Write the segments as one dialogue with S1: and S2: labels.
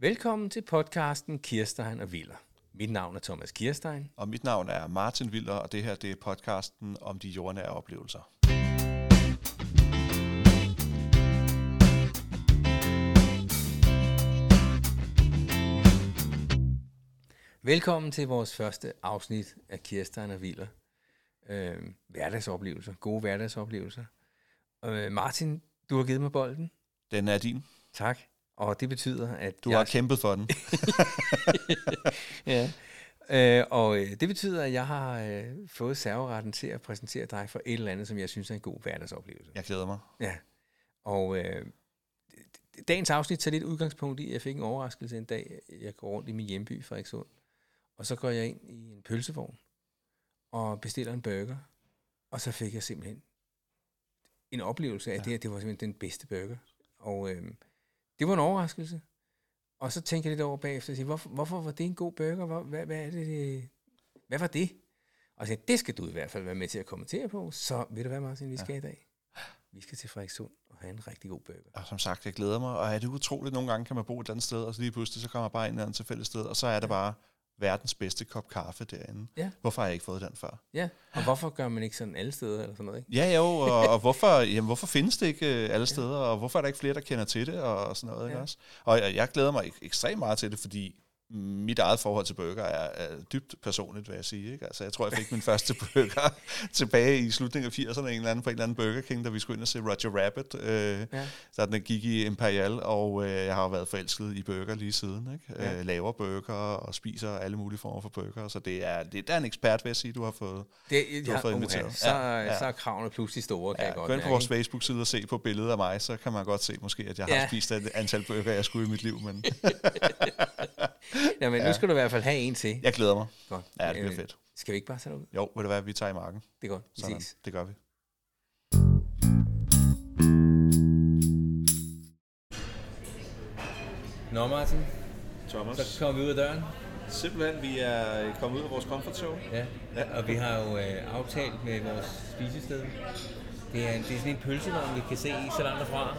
S1: Velkommen til podcasten Kirstein og Viller. Mit navn er Thomas Kirstein.
S2: Og mit navn er Martin Viller, og det her det er podcasten om de jordnære oplevelser.
S1: Velkommen til vores første afsnit af Kirstein og Viller. Øh, hverdagsoplevelser, gode hverdagsoplevelser. Øh, Martin, du har givet mig bolden.
S2: Den er din.
S1: Tak. Og det betyder, at
S2: Du har kæmpet for den.
S1: ja. Øh, og øh, det betyder, at jeg har øh, fået serveretten til at præsentere dig for et eller andet, som jeg synes er en god hverdagsoplevelse.
S2: Jeg glæder mig.
S1: Ja. Og øh, d- dagens afsnit tager lidt udgangspunkt i, at jeg fik en overraskelse en dag. Jeg går rundt i min hjemby, Frederikshund, og så går jeg ind i en pølsevogn og bestiller en burger. Og så fik jeg simpelthen en oplevelse af ja. det her. Det var simpelthen den bedste burger. Og øh, det var en overraskelse. Og så tænkte jeg lidt over bagefter og sige, hvorfor, hvorfor var det en god burger? Hvor, hvad, hvad, er det, det, øh, hvad var det? Og så sagde, jeg, det skal du i hvert fald være med til at kommentere på. Så ved du hvad, Martin, vi skal ja. i dag? vi skal til Frederikssund og have en rigtig god burger.
S2: Og som sagt, jeg glæder mig. Og er det utroligt, nogle gange kan man bo et andet sted, og så lige pludselig så kommer man bare en eller anden tilfældig sted, og så er det bare verdens bedste kop kaffe derinde.
S1: Ja.
S2: Hvorfor har jeg ikke fået den før?
S1: Ja, og hvorfor gør man ikke sådan alle steder eller sådan noget, ikke?
S2: Ja, jo, og, og hvorfor, jamen, hvorfor findes det ikke øh, alle steder, og hvorfor er der ikke flere, der kender til det, og sådan noget, ikke
S1: Ja.
S2: også? Og jeg, jeg glæder mig ek- ekstremt meget til det, fordi mit eget forhold til burger er, er dybt personligt, vil jeg sige. Ikke? Altså, jeg tror, jeg fik min første burger tilbage i slutningen af 80'erne, en eller anden, på en eller anden Burger King, da vi skulle ind og se Roger Rabbit, øh,
S1: Ja.
S2: da den gik i Imperial, og øh, jeg har jo været forelsket i burger lige siden. Ikke?
S1: Ja.
S2: Ja. Øh, laver burger og spiser alle mulige former for burger, så det er, det der er en ekspert, vil jeg sige, du har fået
S1: Det,
S2: Du har fået inviteret.
S1: så, ja,
S2: Ja,
S1: ja.
S2: ja.
S1: så er kravene pludselig store, kan ja,
S2: Ja,
S1: jeg godt
S2: gå ind på
S1: mærke,
S2: vores
S1: ikke?
S2: Facebook-side og se på billedet af mig, så kan man godt se måske, at jeg har
S1: Ja.
S2: ja. spist et antal bøger, jeg skulle i mit liv, men
S1: Nå, men nu skal du i hvert fald have en til.
S2: jeg glæder mig.
S1: Godt.
S2: Ja, det bliver
S1: Øh,
S2: fedt.
S1: Skal vi ikke bare tage dig ud?
S2: Jo, vil det være, vi tager i marken?
S1: Det er godt. Vi
S2: Sådan,
S1: ses.
S2: det gør vi.
S1: Nå, Martin,
S2: Thomas,
S1: så kommer vi ud af døren.
S2: simpelthen, vi er kommet ud af vores comfort zone.
S1: Ja. ja. Og vi har jo øh, aftalt med vores spisested. Det er, det er sådan en pølsevogn, vi kan se i så langt derfra.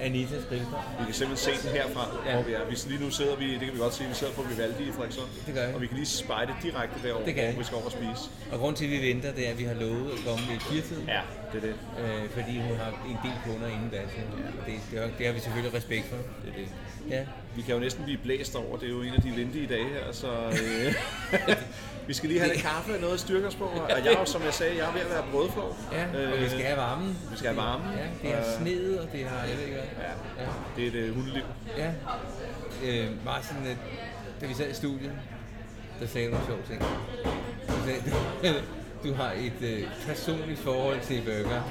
S1: Anitas Grillbar.
S2: Vi kan simpelthen se den herfra,
S1: Ja. hvor vi
S2: er. Vi, lige nu sidder vi, det kan vi godt se, vi sidder på Vivaldi i Frederikshund.
S1: Det gør vi. og vi
S2: kan lige spejde direkte derover,
S1: Det kan hvor vi. vi
S2: skal over og spise.
S1: Og grund til, at vi venter, det er, at vi har lovet at komme i firetiden.
S2: Ja, det er det.
S1: øh, fordi hun har en del kunder inden da. Så det, det, har, det har vi selvfølgelig respekt for.
S2: det, er det.
S1: Ja,
S2: Vi kan jo næsten blive blæst over, det er jo en af de vindige dage her, så øh, vi skal lige have lidt kaffe og noget at styrke os på. Og jeg er jo, som jeg sagde, jeg er ved at være brødflog.
S1: ja
S3: Øh,
S1: og vi skal have varmen.
S2: Øh, vi skal have varmen.
S1: Ja, det har
S2: Øh.
S1: sneet, og det har jeg ved ikke hvad.
S2: Ja,
S1: Ja.
S2: det er et øh, hundeliv.
S1: ja. Øh, Martin, øh, da vi sad i studiet, der sagde du en sjov ting. Du sagde, du har et øh, personligt forhold til burger.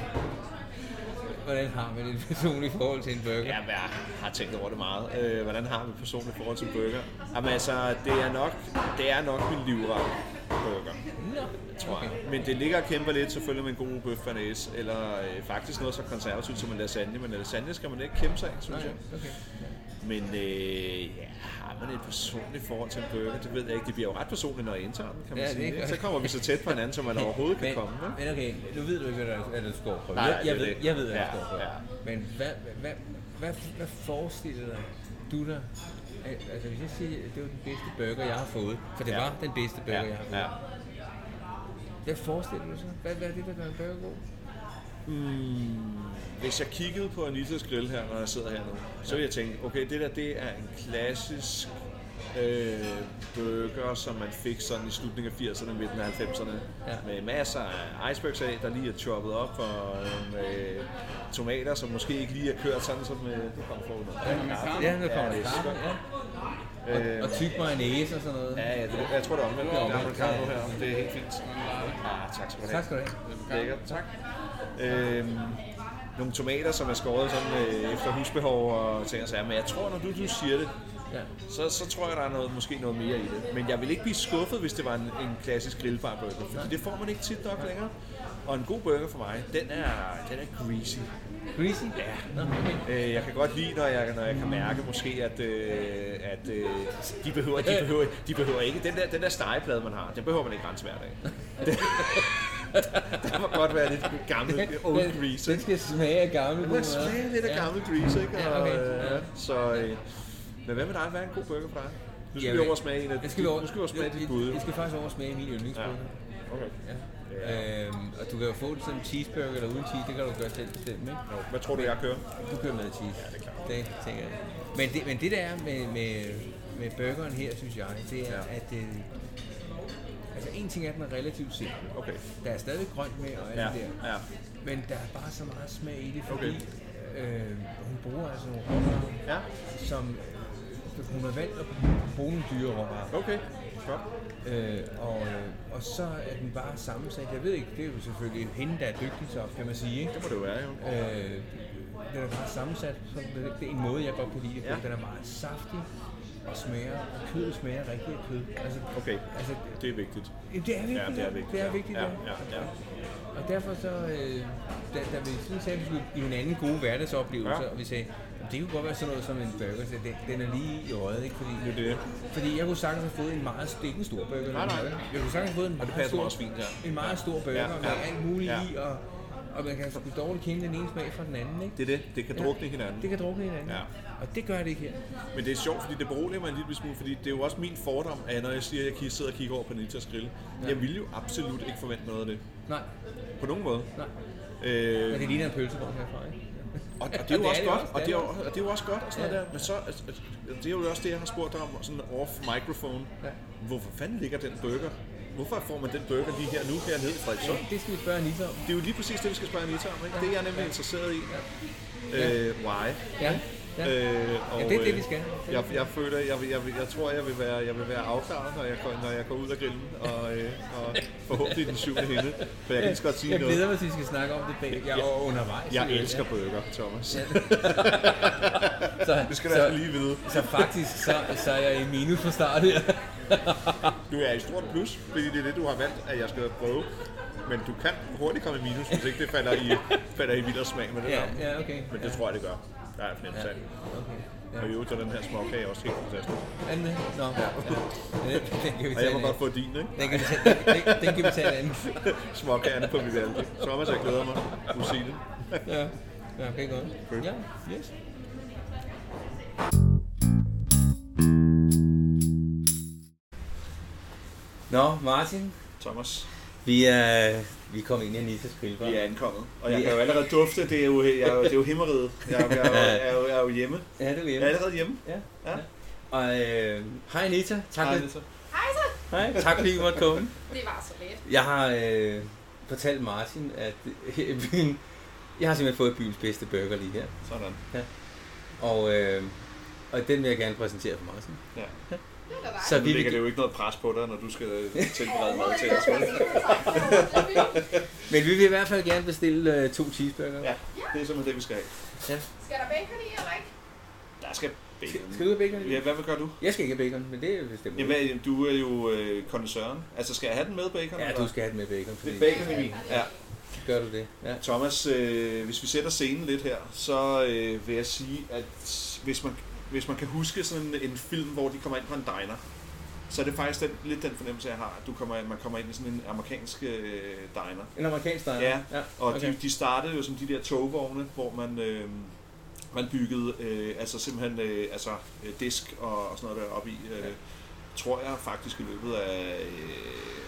S1: Hvordan har man et personligt forhold til en burger?
S3: Ja, jeg har tænkt over det meget. Øh, hvordan har vi personligt forhold til burger? Jamen altså, det er nok, det er nok min livret burger,
S1: Nå,
S3: tror jeg. Men det ligger og kæmper lidt selvfølgelig med en god bøf bearnaise, eller øh, faktisk noget så konservativt som en lasagne, men en lasagne skal man ikke kæmpe sig af, synes jeg.
S1: Okay.
S3: Men øh, ja, har man et personligt forhold til en burger? Det ved jeg ikke. Det bliver jo ret personligt, når jeg indtager den, kan man
S1: Ja,
S3: ja,
S1: det
S3: sige.
S1: gør
S3: ikke? Så
S1: det.
S3: kommer vi så tæt på hinanden, som man overhovedet kan
S1: men,
S3: komme. Ikke?
S1: Men okay, nu ved du ikke, hvad der er, du skal overprøve.
S3: Nej,
S1: jeg, jeg,
S3: det er
S1: ved,
S3: det.
S1: jeg ved, hvad du
S3: Ja,
S1: skal overprøve.
S3: ja.
S1: Men hvad, hvad, hvad, hvad forestiller dig, du der? Altså hvis jeg siger, at det var den bedste burger, jeg har fået, for det
S3: Ja.
S1: var den bedste burger, jeg har fået.
S3: Ja, ja.
S1: Hvad forestiller du så? Hvad, hvad er det, der gør en burger god?
S3: Hvis jeg kiggede på Anitas grill her, når jeg sidder hernede, så ville jeg tænke, okay, det der det er en klassisk øh, burger, som man fik sådan i slutningen af 80'erne, midten af 90'erne,
S1: Ja.
S3: ja. med masser af icebergs af, der lige er choppet op, og øh, tomater, som måske ikke lige er kørt sådan, som øh, det kom fra under.
S1: Ja, nu kommer
S3: Ja,
S1: det.
S3: det er Øh,
S1: Kaffe, ja. Og, og tyk mayonnaise og sådan noget.
S3: Ja, ja, det, jeg tror, det er omvendt.
S1: Det
S3: Det
S1: er
S3: er
S1: omvendt,
S3: americano
S1: ja, ja.
S3: her. Det er helt fint. Ah, tak skal du have.
S1: Tak skal du have.
S3: Lækkert, tak. Øhm, nogle tomater, som er skåret sådan, øh, efter husbehov og ting og sager. Men jeg tror, når du, du siger det,
S1: Ja.
S3: så, så tror jeg, der er noget, måske noget mere i det. Men jeg vil ikke blive skuffet, hvis det var en, en klassisk grillbar burger, fordi det får man ikke tit nok længere. Og en god burger for mig, den er, den er greasy.
S1: Greasy?
S3: Ja.
S1: Nå, okay.
S3: Øh, jeg kan godt lide, når jeg, når jeg kan mærke måske, at, øh, at øh, de, behøver, de, behøver, de behøver ikke... Den der, den der stegeplade, man har, den behøver man ikke rense hver dag. Det, det må godt være lidt gammel old grease.
S1: Den
S3: ikke?
S1: skal smage af gammel.
S3: Den smager lidt af gammel grease, ikke?
S1: Ja, okay.
S3: øh,
S1: Ja.
S3: så, øh,
S4: Men hvad med dig? Hvad er en god burger for dig? Nu skal
S1: Jamen,
S4: vi over og smage en af
S1: Jeg skal vi over,
S4: nu skal vi over og smage
S1: jeg-
S4: dit
S1: jeg-
S4: bud.
S1: Jeg skal faktisk over og smage min yndlingsburger.
S4: Okay.
S1: Ja. Ja. Øhm, og du kan jo få det som cheeseburger eller uden cheese, det kan du gøre selv bestemme, ikke?
S4: Nå, Hvad tror du, jeg kører?
S1: Du kører med cheese. Ja, det er klart. Det tænker jeg. Men det, men det der er med, med, med burgeren her, synes jeg, det er,
S4: Ja.
S1: ja. at... Øh, altså, en ting er, at den er relativt simpel.
S4: Okay.
S1: Der er stadig grønt med og alt
S4: Ja,
S1: det der.
S4: ja.
S1: Men der er bare så meget smag i det, fordi
S4: Okay.
S1: øh, hun bruger altså nogle råvarer,
S4: Ja,
S1: som øh, hun har valgt at bruge nogle dyre råvarer.
S4: okay. Godt.
S1: Øh, og, øh, og så er den bare sammensat. Jeg ved ikke, det er jo selvfølgelig hende, der er dygtig, så kan man sige. Ikke?
S4: Det må det jo være, jo.
S1: Øh, den er bare sammensat. Så det er- det er en måde, jeg godt kan lide det på.
S4: Ja.
S1: Den er meget saftig og smager. Kødet smager rigtig af kød. Altså,
S4: Okay.
S1: altså,
S4: Det er vigtigt.
S1: Jamen, det er vigtigt.
S4: Ja, det er vigtigt.
S1: Det er
S4: ja.
S1: vigtigt,
S4: ja.
S1: ja.
S4: Ja, ja.
S1: Og derfor så, øh, da, da vi sådan sagde, at vi skulle give hinanden gode hverdagsoplevelser,
S4: Ja.
S1: ja. og vi sagde, "Jamen, det kunne godt være sådan noget som en burger, så den, den er lige i øjet, ikke? Fordi,
S4: Det er det.
S1: fordi jeg kunne sagtens have fået en meget det er ikke en stor burger.
S4: Nej, nej.
S1: men Jeg kunne sagtens have fået en meget,
S4: passer
S1: stor,
S4: også fint, ja.
S1: en meget stor burger
S4: Ja,
S1: ja.
S4: ja.
S1: med alt muligt
S4: Ja.
S1: i, og, og man kan sgu dårligt kende den ene smag fra den anden, ikke?
S4: Det er det. Det kan drukne hinanden.
S1: Det kan drukne hinanden.
S4: Ja.
S1: Og det gør det ikke her.
S4: Men det er sjovt, fordi det beroliger mig en lille smule, fordi det er jo også min fordom, at når jeg siger, at jeg sidder og kigger over på Nitas grill, ja. jeg ville jo absolut ikke forvente noget af det.
S1: Nej,
S4: På nogen måde.
S1: nej.
S4: Øh,
S1: Men det ligner en pølsevogn herfra, ikke?
S4: og, og det er
S1: det
S4: jo
S1: er
S4: også
S1: det
S4: godt,
S1: også,
S4: og
S1: det
S4: det er
S1: er
S4: jo- og det er jo også godt, og sådan
S1: Ja.
S4: noget der. Men så, altså, altså, det er jo også det, jeg har spurgt dig om, sådan off microphone.
S1: Ja.
S4: Hvorfor fanden ligger den burger? Hvorfor får man den burger lige her nu, hernede i Frederikssund?
S1: Det skal vi spørge Anita om.
S4: Det er jo lige præcis det, vi skal spørge Anita om, ikke? Det er jeg nemlig interesseret i.
S1: Ja.
S4: Øh, why?
S1: Ja, ja.
S4: Øh, og,
S1: Ja, det er det,
S4: øh,
S1: vi skal.
S4: Jeg, jeg føler, jeg, vil- jeg, vil- jeg tror, jeg vil være, jeg vil være afklaret, når jeg, går, når jeg går ud af grillen, og, øh, og forhåbentlig den syvende hende, for jeg kan lige så godt sige
S1: jeg
S4: noget.
S1: glæder mig til, at vi skal snakke om det bag. Jeg er
S4: Ja.
S1: undervejs.
S4: Jeg
S1: i øvrigt,
S4: elsker
S1: ja.
S4: burger, Thomas.
S1: så,
S3: Det skal du altså
S1: så,
S3: lige vide.
S1: så faktisk, så, så er jeg i minus fra start her.
S4: Du er i stort plus, fordi det er det, du har valgt, at jeg skal prøve. Men du kan hurtigt komme i minus, hvis ikke det falder i, falder i vildere smag med det
S1: Ja,
S4: samme.
S1: ja, okay.
S4: Men det tror jeg, det gør. Der er en fornemmelse af.
S1: Okay. Ja.
S4: Og i øvrigt er den her småkage også helt fantastisk.
S1: Er den det? Nå, ja. ja. Den, den kan vi
S4: Og
S1: tage
S4: jeg
S1: en
S4: må godt
S1: anden.
S4: få din, ikke?
S1: Den kan vi tage, den, den, den kan vi tage en anden.
S4: Småkagerne på Vivaldi. Thomas, jeg glæder mig. Du siger det.
S1: Ja, ja okay, godt. Ja, yes. Nå, Martin,
S4: Thomas,
S1: vi er, vi er kommet ind i Anissas grillbar.
S4: vi er ankommet. Og jeg
S1: Vi er-
S4: kan jo allerede dufte, det er jo, jeg, er jo- det er jo himmeriget. Jeg, er jo- jeg, jeg, jeg, er jo, jeg er jo hjemme.
S1: Ja, det er vi
S4: Jeg er
S1: hjemme.
S4: allerede hjemme.
S1: Ja.
S4: Ja.
S1: ja. Og øh, hej Anita. Tak,
S3: Hej,
S1: Anita. Hej, tak fordi I måtte komme.
S5: Det var så let.
S1: Jeg har øh, fortalt Martin, at her i byen, jeg har simpelthen fået byens bedste burger lige her.
S3: Sådan.
S1: Og, øh, og den vil jeg gerne præsentere for Martin.
S3: Ja.
S5: Det var
S1: Så
S3: Nu
S1: vi
S3: ligger det
S1: vil,
S3: jo ikke noget pres på dig, når du skal øh, tilberede mad til os. vel?
S1: men vi vil i hvert fald gerne bestille øh, to cheeseburger.
S3: Ja, det er simpelthen det, vi skal have.
S5: Skal der bacon i eller ikke?
S3: Der skal bacon.
S1: Skal du have bacon?
S3: Ja, hvad vil gøre du?
S1: Jeg skal ikke have bacon, men det er bestemt.
S3: Ja, hvad, du er jo øh, kondensøren. Altså, skal jeg have den med bacon?
S1: ja,
S3: eller?
S1: du skal have den med bacon, fordi
S3: Det er bacon i min. Ja.
S1: gør du det. Ja.
S3: Thomas, øh, hvis vi sætter scenen lidt her, så øh, vil jeg sige, at hvis man, hvis man kan huske sådan en film, hvor de kommer ind på en diner, så er det faktisk den, lidt den fornemmelse, jeg har, at du kommer, man kommer ind i sådan en amerikansk øh, diner.
S1: En amerikansk diner.
S3: Ja,
S1: ja.
S3: Og okay.
S1: okay.
S3: de, de startede jo som de der togvogne, hvor man, øh, man byggede øh, altså simpelthen øh, altså, øh, disk og, og sådan noget der op i. Øh,
S1: Ja.
S3: Tror jeg faktisk i løbet af, øh,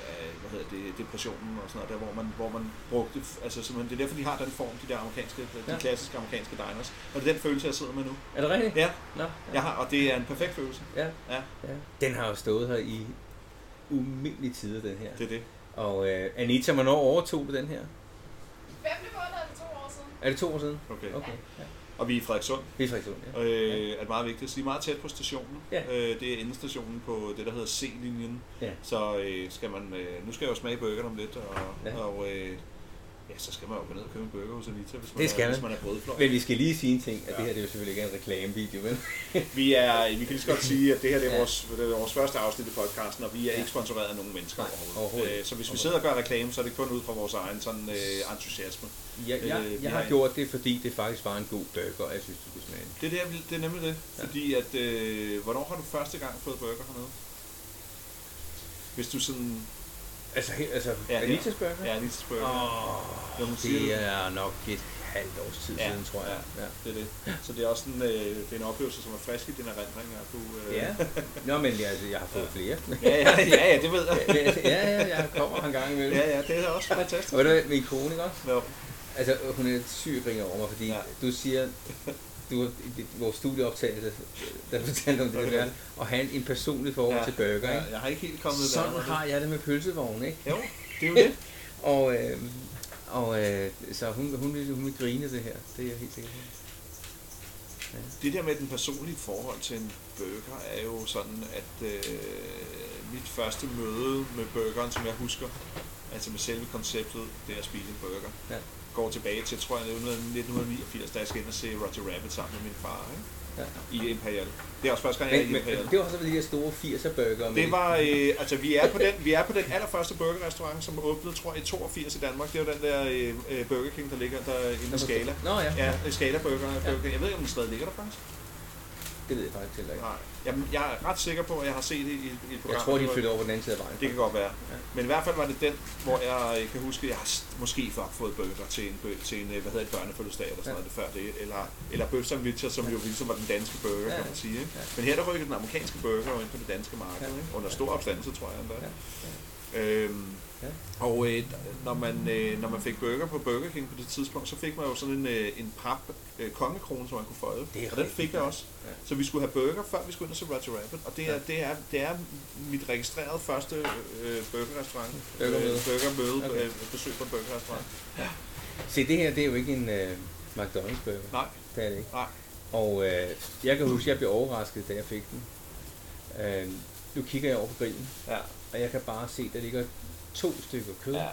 S3: af hvad hedder det, depressionen og sådan noget der, hvor man, hvor man brugte, altså simpelthen, det er derfor de har den form, de der amerikanske, de
S1: Ja.
S3: klassiske amerikanske diners. Og det er den følelse, jeg sidder med nu.
S1: Er det rigtigt?
S3: Ja,
S1: Nå,
S3: jeg har, og det er en perfekt følelse.
S1: Ja.
S3: Ja.
S1: ja. Den har jo stået her i umindelige tider, den her.
S3: Det er det.
S1: Og øh, Anita, hvornår overtog du den her?
S5: 15 måneder eller to år siden?
S1: Er det to år siden?
S3: Okay.
S1: Okay. Ja.
S3: Og vi er i Frederikssund.
S1: Vi er faktisk ja.
S3: øh, er det meget vigtigt at sige. Meget tæt på stationen.
S1: Ja.
S3: Øh, det er endestationen på det, der hedder C-linjen.
S1: Ja.
S3: Så øh, skal man, øh, nu skal jeg jo smage burgeren om lidt, og,
S1: Ja.
S3: og øh, ja, så skal man jo gå ned og købe en burger hos Anita, hvis man,
S1: Det skal
S3: er,
S1: man.
S3: hvis man er brødfløj.
S1: Men vi skal lige sige en ting, at
S3: Ja.
S1: ja. det her det er jo selvfølgelig ikke en reklamevideo, vel?
S3: Vi, er, vi kan lige så godt sige, at det her det er,
S1: Ja.
S3: vores, det er vores første afsnit i podcasten, og vi er
S1: Ja.
S3: ikke sponsoreret af nogen mennesker
S1: Nej,
S3: overhovedet.
S1: overhovedet
S3: Øh, så hvis vi
S1: ikke.
S3: sidder og gør reklame, så er det kun ud fra vores egen sådan, øh, entusiasme.
S1: Jeg, jeg,
S3: Øh, vi
S1: jeg
S3: har
S1: har
S3: en-
S1: gjort det, fordi det faktisk var en god burger, og jeg synes, du skulle smage den.
S3: Det er, det, jeg vil- det er nemlig det. Ja.
S1: Ja.
S3: Fordi at, øh, hvornår har du første gang fået burger hernede? Hvis du sådan...
S1: Altså, he- altså
S3: Ja,
S1: ja,
S3: det er-
S1: Anitas Burger?
S3: Ja, lige til spørgsmål.
S1: Åh,
S3: Når man siger
S1: det
S3: det.
S1: er nok et halvt års tid
S3: Ja,
S1: siden, tror jeg. Ja.
S3: Det er det. Så det er også en, øh, det er en oplevelse, som er frisk i din erindring. At du, øh,
S1: Ja. Nå, men jeg, altså, jeg har fået flere.
S3: ja, ja, ja, ja, det ved jeg.
S1: ja, ja, jeg kommer en gang imellem.
S3: ja,
S1: Ja.
S3: ja, det er også fantastisk.
S1: Og ved du hvad, min kone, ikke også?
S3: Nå,
S1: Altså, hun er syg griner over mig, fordi
S3: Ja.
S1: ja. du siger, du, i dit- vores studieoptagelse, der fortalte om det
S3: Okay.
S1: okay. der, og have en personlig forhold
S3: Ja.
S1: ja. til burger,
S3: ja,
S1: ikke?
S3: jeg har ikke helt kommet der.
S1: Sådan har jeg det med pølsevognen, ikke?
S3: Jo, det er jo det.
S1: Og, øh, og øh, så hun, hun, vil, hun vil grine af det her, det er jeg helt sikker på.
S3: Det der med den personlige forhold til en burger er jo sådan, at øh, mit første møde med burgeren, som jeg husker, altså med selve konceptet, det er at spise en burger,
S1: Ja.
S3: går tilbage til, tror jeg, 1989, da jeg skal ind og se Roger Rabbit sammen med min far
S1: Ja.
S3: ikke? i Imperial. Det er også første gang, jeg er
S1: Men,
S3: i
S1: men,
S3: Imperial.
S1: det var så de her store 80'er burger.
S3: Det var, øh, altså vi er, på den, vi er på den allerførste burgerrestaurant, som åbnede, tror jeg, i 82 i Danmark. Det var den der øh, øh, Burger King, der ligger der inde i Skala.
S1: Nå ja, ja,
S3: Ja, Skala Burger. Burger King. Jeg ved ikke, om den stadig ligger der faktisk.
S1: det ved jeg faktisk heller ikke.
S3: Nej. Jamen, jeg er ret sikker på, at jeg har set det i, i et program.
S1: Jeg tror, de
S3: Det var-
S1: flytter over på den anden side af vejen.
S3: Det kan godt være. Ja.
S1: Ja.
S3: Men i hvert fald var det den, hvor jeg øh, kan huske, at jeg har s- måske før fået bøger til en, bø- til en øh, hvad hedder det, børnefødselsdag eller sådan
S1: Ja.
S3: noget før det, eller, eller bøfsandwicher, som jo ligesom var den danske burger,
S1: Ja,
S3: kan
S1: ja.
S3: man sige. Ikke?
S1: Ja.
S3: Men her der rykkede den amerikanske burger jo ind på det danske
S1: Ja.
S3: marked, ikke? under stor opstandelse, tror jeg endda.
S1: Ja.
S3: Øhm,
S1: Ja.
S3: og øh, når, man, øh, når man fik burger på Burger King på det tidspunkt, så fik man jo sådan en, øh, en pap øh, kongekrone, som man kunne føje.
S1: Det er
S3: Og den
S1: rigtigt,
S3: fik jeg
S1: ja.
S3: også.
S1: Ja.
S3: Så vi skulle have burger, før vi skulle ind og se Roger Rabbit. Og det er,
S1: Ja.
S3: det er, det er mit registrerede første øh, burgerrestaurant.
S1: Burgermøde.
S3: Øh, burgermøde
S1: Okay.
S3: okay. øh, besøg på en burgerrestaurant.
S1: Se, det her, det er jo ikke en øh, McDonald's burger.
S3: Nej,
S1: Det er det ikke.
S3: Nej.
S1: Og øh, jeg kan huske, jeg blev overrasket, da jeg fik den. Øh, nu kigger jeg over på grillen,
S3: ja.
S1: og jeg kan bare se, der ligger to stykker kød,
S3: Ja,
S1: ja.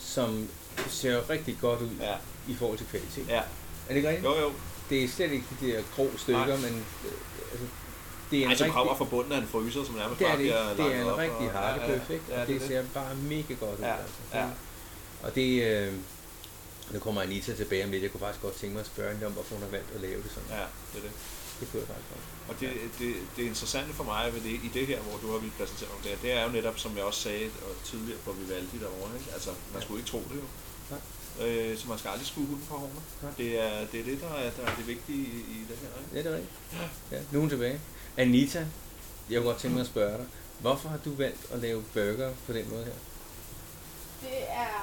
S1: som ser jo rigtig godt ud ja.
S3: ja,
S1: i forhold til kvalitet. Ja.
S3: ja.
S1: Er det ikke rigtigt?
S3: Jo, jo.
S1: Det er slet ikke de der grå stykker,
S3: Nej.
S1: men øh, altså, det er en
S3: Ej, som
S1: rigtig...
S3: kommer fra bunden af en fryser, som nærmest
S1: det er
S3: bare
S1: det ikke.
S3: bliver
S1: Det er
S3: langet
S1: en
S3: op,
S1: rigtig
S3: og-
S1: hakkebøf,
S3: ja,
S1: ikke?
S3: Ja,
S1: Og
S3: det
S1: det
S3: er det.
S1: ser bare mega godt ud.
S3: Ja,
S1: altså.
S3: ja.
S1: Og det, øh, nu kommer Anita tilbage om lidt. Jeg kunne faktisk godt tænke mig at spørge hende om, hvorfor hun har valgt at lave det sådan.
S3: Ja, det er det.
S1: Det kunne jeg faktisk godt.
S3: Og det, det, det interessante for mig ved det, i det her, hvor du har ville præsentere om det her, det er jo netop, som jeg også sagde og tidligere, hvor vi valgte derovre, ikke? altså man skulle ikke tro det jo.
S1: Nej.
S3: Øh, så man skal aldrig skue hunden på hårene.
S1: Nej.
S3: Det er, det er det, der er, der er det vigtige i, i det her. Ikke?
S1: Ja, det er rigtigt. Ja, nu er hun tilbage. Anita, jeg kunne godt tænke mig at spørge dig. Hvorfor har du valgt at lave burger på den måde her?
S5: Det er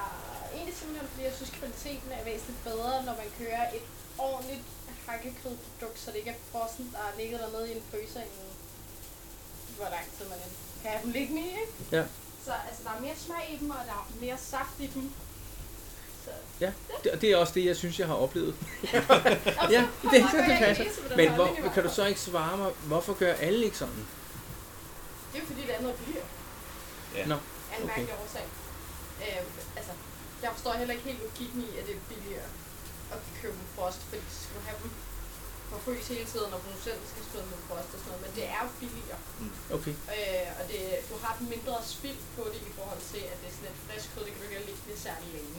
S5: egentlig simpelthen, fordi jeg synes, kvaliteten er væsentligt bedre, når man kører et ordentligt hakkekødprodukt, så det ikke er frossen, der har ligget dernede i en fryser i en- hvor lang tid man end kan have dem liggende i, ikke?
S1: Ja.
S5: Så altså, der er mere smag i dem, og der er mere saft i dem. Så,
S1: Ja, det, og det er også det, jeg synes, jeg har oplevet.
S5: Jamen,
S1: Ja,
S5: så-
S1: det er
S5: så
S1: så
S5: går jeg ikke
S1: tilpasset.
S5: enige med den
S1: Men
S5: holdning i
S1: hvor,
S5: hvert
S1: kan du
S5: fald.
S1: så ikke svare mig, hvorfor gør alle ikke sådan?
S5: Det er jo fordi, det er noget dyr.
S3: Ja.
S1: Nå,
S5: Af en
S1: Okay.
S5: mærkelig årsag. Øh, altså, jeg forstår heller ikke helt logikken i, at det er billigere at købe en frost, fordi så skal du have dem på frys hele tiden, og producenten skal stå med frost og sådan noget, men det er jo billigere.
S1: Okay,
S5: Øh, og det, du har et mindre spild på det i forhold til, at det er sådan et frisk kød, det kan du ikke have liggende særlig længe.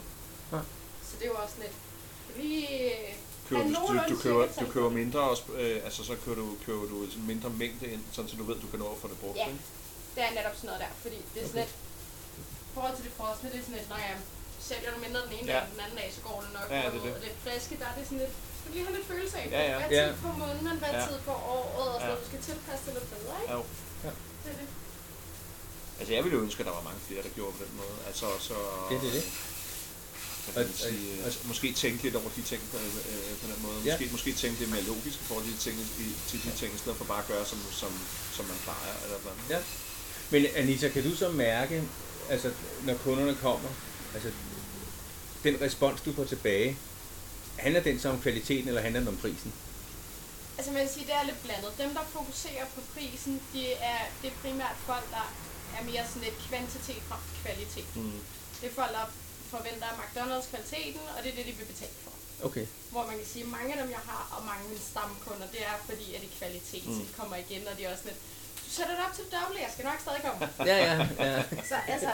S1: Nej.
S5: Så det er jo også sådan et, lige...
S3: Køber,
S5: Han nogenlunde
S3: du, du,
S5: cirka
S3: køber,
S5: tager
S3: du køber mindre, også, øh, altså så køber du, køber du en mindre mængde ind, sådan så du ved, du kan nå at få det brugt.
S5: Ja.
S3: ikke?
S5: Det er netop sådan noget der, fordi det er sådan lidt, i forhold til det frosne, det er sådan lidt, når jeg sælger du mindre den ene
S3: Ja.
S5: ja. dag, den anden dag, så går det nok.
S3: Ja, det er
S5: og
S3: det.
S5: Og det friske, der er det sådan lidt, du lige har lidt følelse af,
S3: Ja, ja.
S5: hvad
S1: Ja.
S5: tid på måneden, hvad
S3: Ja.
S5: tid på året, og så
S3: Ja.
S5: ja. du skal tilpasse det lidt bedre, ikke?
S3: Ja, jo.
S5: Det er det.
S3: Altså jeg ville jo ønske, at der var mange flere, der gjorde på den måde. Altså så...
S1: Ja, det er det.
S3: Hvad kan man
S1: Og-
S3: sige,
S1: og-
S3: altså, måske tænke lidt over de ting på, øh, på den måde. Måske, måske tænke lidt mere logisk i forhold til de ting, i, til de ting, i stedet for bare at gøre, som, som, som man plejer. Eller hvad.
S1: ja. Men Anita, kan du så mærke, altså, når kunderne kommer, altså, den respons, du får tilbage, handler den så om kvaliteten, eller handler den om prisen?
S5: Altså man kan sige, det er lidt blandet. Dem, der fokuserer på prisen, de er, det er primært folk, der er mere sådan lidt kvantitet frem for kvalitet.
S3: Mm.
S5: Det er folk, der forventer McDonald's kvaliteten, og det er det, de vil betale for.
S1: Okay,
S5: hvor man kan sige, at mange af dem, jeg har, og mange af mine stamkunder, det er fordi, at det er kvalitet, mm. de kommer igen, og de er også lidt, du sætter det op til det dobbelte, jeg skal nok stadig komme.
S1: ja, ja, ja.
S5: så altså,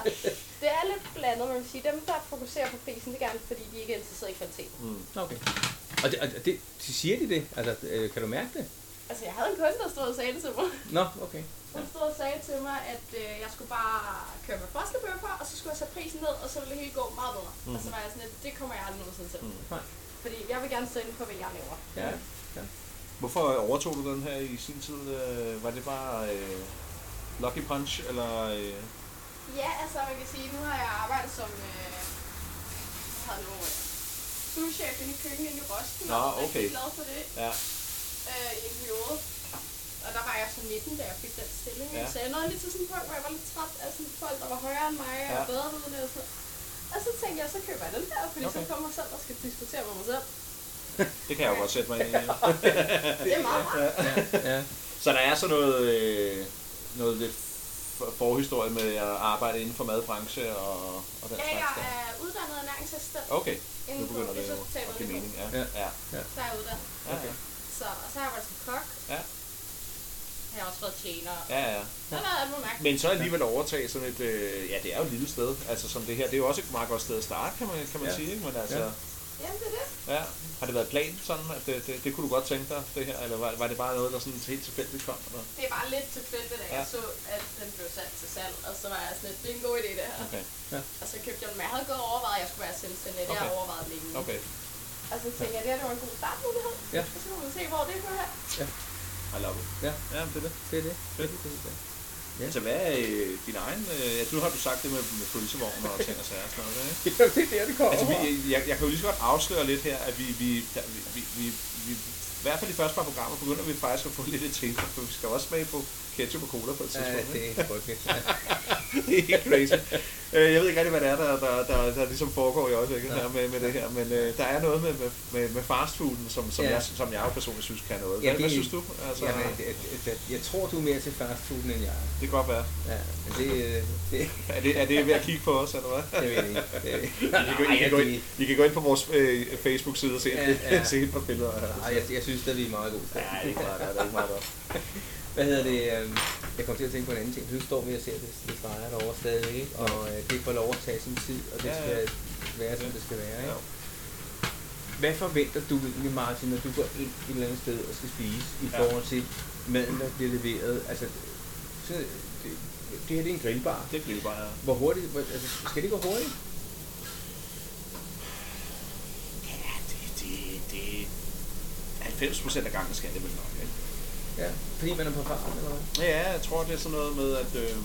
S5: det er lidt blandet, man kan sige, dem, der fokuserer på prisen, det er gerne, fordi de ikke er interesseret i kvalitet.
S1: Okay. Og, det, og det, siger de det? Altså, øh, kan du mærke det?
S5: Altså, jeg havde en kunde, der stod og sagde det til mig.
S1: Nå, okay.
S5: Hun stod og sagde til mig, at øh, jeg skulle bare køre med Boston Burger, og så skulle jeg sætte prisen ned, og så ville det hele gå meget bedre. Mm-hmm. Og så var jeg sådan, at det kommer jeg aldrig nogensinde til. Mm.
S3: Nej.
S5: Fordi jeg vil gerne stå inde på, hvad jeg laver.
S3: Ja. ja. Hvorfor overtog du den her i sin tid? Øh, var det bare øh, Lucky Punch, eller... Øh,
S5: Ja, altså man kan sige, nu har jeg arbejdet som øh, hvad hedder det nu, øh, souschef inde i køkkenet inde i Roskilde.
S3: Nå,
S5: og Jeg er
S3: okay.
S5: rigtig glad for det
S3: ja,
S5: øh, i en periode. Og der var jeg så 19, da jeg fik den stilling.
S3: Ja.
S5: Ja. Så jeg nåede lige til sådan en punkt, hvor jeg var lidt træt af sådan folk, der var højere end mig
S3: Ja.
S5: og bedre ved det og sådan noget. Og så tænkte jeg, så køber jeg den der, fordi okay. så
S3: Okay.
S5: kommer jeg selv og skal diskutere med mig selv.
S3: det kan jeg jo godt sætte mig ind i.
S5: Det er meget rart.
S1: Ja.
S3: Så der er sådan noget, øh, noget lidt for- forhistorie med at arbejde inden for madbranche og, og den
S5: Ja, jeg
S3: slags der.
S5: er uddannet ernæringsassistent
S3: Okay, nu
S5: inden på
S3: begynder det jo at give
S5: resultatet.
S3: mening. Ja, ja, ja.
S5: Der er jeg uddannet.
S3: Okay.
S5: Så, og så har jeg været som kok.
S3: Ja.
S5: Jeg har også været tjener. og-
S3: ja, ja.
S5: Så er der alt muligt mærkeligt.
S3: Men så alligevel overtage sådan et, øh, ja det er jo et lille sted, altså som det her, det er jo også et meget godt sted at starte, kan man, kan man
S2: Ja.
S3: ja. sige, ikke? Men altså, ja.
S2: Ja.
S5: Jamen, det er det.
S3: ja. Har det været planen sådan, at det, det, det kunne du godt tænke dig, det her, eller var, var det bare noget, der sådan helt tilfældigt kom? Eller?
S5: Det var lidt tilfældigt, at
S3: Ja.
S5: jeg så, at den blev sat til salg, og så var jeg sådan lidt, det er en god idé det her.
S3: Okay.
S1: Ja.
S5: Og så købte jeg den, men jeg havde gået og overvejet, at jeg skulle være selvstændig, det har jeg
S3: Okay.
S5: overvejet længe.
S3: Okay.
S5: Og så tænkte jeg, det her det var en god startmulighed,
S1: Ja.
S5: og så må vi se, hvor det går her.
S3: I love it.
S1: Ja.
S3: ja men det er det.
S1: Det er det.
S3: Fedt.
S1: Ja.
S3: Altså, hvad er øh, din egen... Øh, altså, nu har du sagt det med, med pølsevogn og ting og sager og sådan noget, ikke?
S1: Jamen, det er der, det kommer
S3: Altså, vi,
S1: fra.
S3: jeg, jeg kan jo lige så godt afsløre lidt her, at vi, vi, der, vi, vi, vi, vi i hvert fald i første par programmer begynder vi faktisk at få lidt et tema, for vi skal også smage på ketchup og cola på et
S1: Ja,
S3: tidspunkt. Ja,
S1: det er frygteligt. Ja.
S3: altså, det er helt crazy. Øh, jeg ved ikke rigtig, hvad det er, der, der, der, der ligesom foregår i øjeblikket her med, med det her, men øh, der er noget med, med, med, med fastfooden, som, som,
S1: Ja.
S3: ja. jeg, som jeg jo personligt synes kan noget.
S1: Ja,
S3: Hvad, ja,
S1: det-
S3: hvad synes du? Altså, ja,
S1: Jamen, øh, det, det, det, jeg tror, du er mere til fastfooden end jeg. er.
S3: det kan godt være.
S1: Ja, men det, øh, det,
S3: Er det, er det ved at kigge på os, eller hvad?
S1: det ved jeg ikke. Det,
S3: I kan, gå- I, kan gå ind, I kan gå ind på vores øh, Facebook-side og se,
S1: Ja, ja.
S3: ja. se et par billeder. her.
S1: Nej, jeg, jeg synes, at vi er meget gode. til.
S3: Ja, det er ikke meget godt. Det er ikke meget godt.
S1: Hvad hedder det? øhm, Jeg kom til at tænke på en anden ting. Nu står vi og ser det, det drejer derovre stadig, ikke? og øh, det får lov at tage sin tid, og det
S3: Ja, ja.
S1: skal være, som det skal være.
S3: Ja.
S1: Ikke? Hvad forventer du egentlig, Martin, når du går ind et eller andet sted og skal spise, i
S3: Ja.
S1: forhold til maden, der bliver leveret? Altså, så, det, det her det er en grillbar.
S3: Det bliver bare...
S1: Hvor hurtigt, hvor, altså, skal det gå hurtigt?
S3: Ja, det, det, det... 90 procent af gangen skal det vel nok, ikke?
S1: Ja, fordi man er på farven, eller hvad?
S3: Ja, jeg tror, det er sådan noget med, at øh,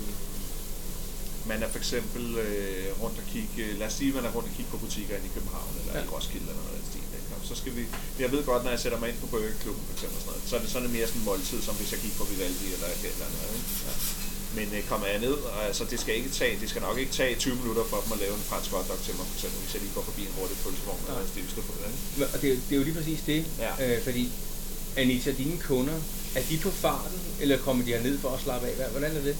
S3: man er for eksempel øh, rundt og kigge, øh, lad os sige, man er rundt og kigge på butikker inde i København eller ja. i
S1: Ja.
S3: Roskilde eller noget af den stil. ikke? Og Så skal vi, jeg ved godt, når jeg sætter mig ind på Burger Klubben for eksempel, og sådan noget, så er det sådan lidt mere sådan en måltid, som hvis jeg gik på Vivaldi eller et eller andet. Ikke? Ja. Men øh, kommer jeg ned, og altså, det, skal ikke tage, det skal nok ikke tage 20 minutter for dem at lave en fransk hotdog til mig, for eksempel, hvis jeg lige går forbi en hurtig pølsevogn eller
S1: Nej.
S3: en stil, skal få det. ikke?
S1: Men- Og det, er jo- det er jo lige præcis det,
S3: Ja.
S1: øh, fordi Anita, dine kunder, er de på farten, eller kommer de herned for at slappe af? Hvad- Hvordan er det?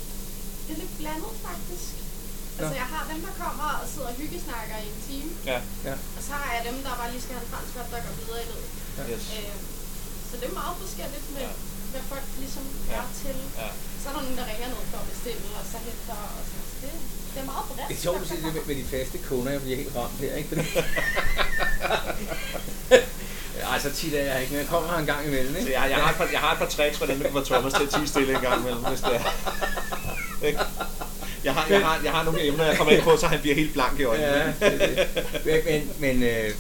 S5: Det er lidt blandet faktisk. Altså,
S1: Nå.
S5: jeg har dem, der kommer og sidder og hyggesnakker i en time,
S3: Ja,
S5: og så har jeg dem, der bare lige skal have en fransk hot, der går videre i det.
S3: yes.
S5: Øh, så det er meget forskelligt med,
S3: Ja.
S5: ja. hvad folk ligesom
S3: Ja.
S5: er til.
S3: Ja.
S5: Så er der nogen, der ringer ned for at bestille, og så henter og sådan noget. Så det, det er meget bredt.
S1: Det er sjovt at se det med, med de faste kunder, jeg bliver helt ramt her, ikke? Fordi... Ej, så tit er jeg ikke, men jeg kommer her en gang imellem,
S3: Så
S1: ikke?
S3: jeg, jeg, har, et par, jeg har et par tricks, hvordan man kan få Thomas til at tige stille en gang imellem, hvis det er. Ikke? Jeg har, jeg, har, jeg har nogle emner, jeg kommer ind på, så han bliver helt blank i øjnene.
S1: Ja,
S3: Ja.
S1: det er det. Men- Men, men, øh,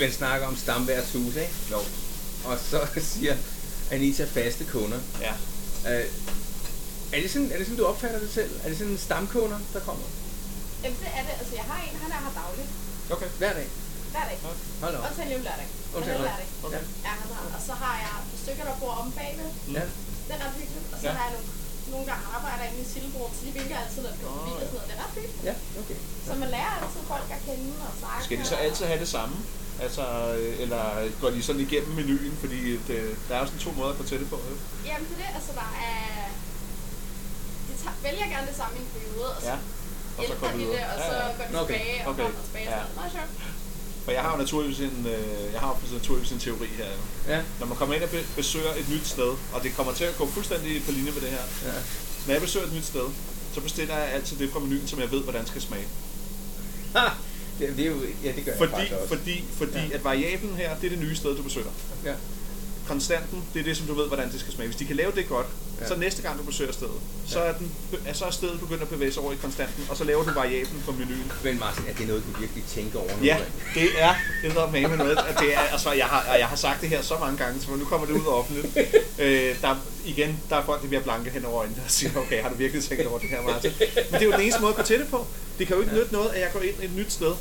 S1: man snakker om stamværtshus, ikke?
S3: Jo.
S1: Og så siger Anita faste kunder.
S3: Ja.
S1: Øh, er, det sådan, er det sådan, du opfatter det selv? Er det sådan stamkunder, der kommer
S5: Jamen, det er det. Altså, jeg har en, han er her dagligt.
S3: Okay.
S1: hver dag?
S5: Hver dag.
S1: Hold da op.
S5: Også en lille lørdag.
S1: Okay,
S5: Han er
S1: okay.
S5: lørdag.
S3: Okay.
S5: Ja, han har. Og så har jeg et stykker, der bor om bagved.
S1: Ja.
S5: Det er ret hyggeligt. Og så
S3: Ja.
S5: ja. har jeg nogle, nogle, der arbejder inde i Sildeborg, så de vinker altid, når de kommer forbi
S3: Åh,
S5: og sådan noget. Det er ret hyggeligt.
S1: Ja, okay.
S5: Så man lærer altid folk at kende og snakke.
S3: Skal de så
S5: og-
S3: altid have det samme? Altså, øh, eller går de sådan igennem menuen? Fordi det, der er jo sådan to måder at få til det på. ikke?
S5: Jamen, det er det. Altså, der er... De tager, vælger gerne det samme i en periode, og så
S3: Ja.
S5: ja.
S3: Og så går
S5: ændrer
S3: vi
S5: de
S3: videre.
S5: det, og
S3: Ja,
S5: så
S3: ja.
S5: går de
S1: Nå, okay.
S5: tilbage og
S3: Okay.
S5: frem og tilbage.
S3: Ja.
S5: Ja. Sådan. Meget sjovt.
S3: For jeg har jo naturligvis en, øh, jeg har jo naturligvis en teori her. jo.
S1: Ja,
S3: Når man kommer ind og be- besøger et nyt sted, og det kommer til at gå fuldstændig på linje med det her.
S1: ja.
S3: Når jeg besøger et nyt sted, så bestiller jeg altid det fra menuen, som jeg ved, hvordan skal smage.
S1: Ha! Det, det er jo, ja, det gør jeg
S3: Fordi,
S1: faktisk også.
S3: fordi, fordi
S1: Ja.
S3: ja. at variablen her, det er det nye sted, du besøger.
S1: Ja.
S3: konstanten, det er det, som du ved, hvordan det skal smage. Hvis de kan lave det godt, ja. så næste gang du besøger stedet, så er, den, er så er stedet begyndt at bevæge sig over i konstanten, og så laver du variablen på menuen.
S1: Men Martin, er det noget, du virkelig tænker over nu?
S3: Ja, det er eddermame med, at det er, altså, jeg har, og jeg har sagt det her så mange gange, så nu kommer det ud offentligt. Øh, der, igen, der er folk, der bliver blanke hen over øjnene og siger, okay, har du virkelig tænkt over det her, Martin? Men det er jo den eneste måde at gå til det på. Det kan jo ikke ja. nytte noget, at jeg går ind et nyt sted,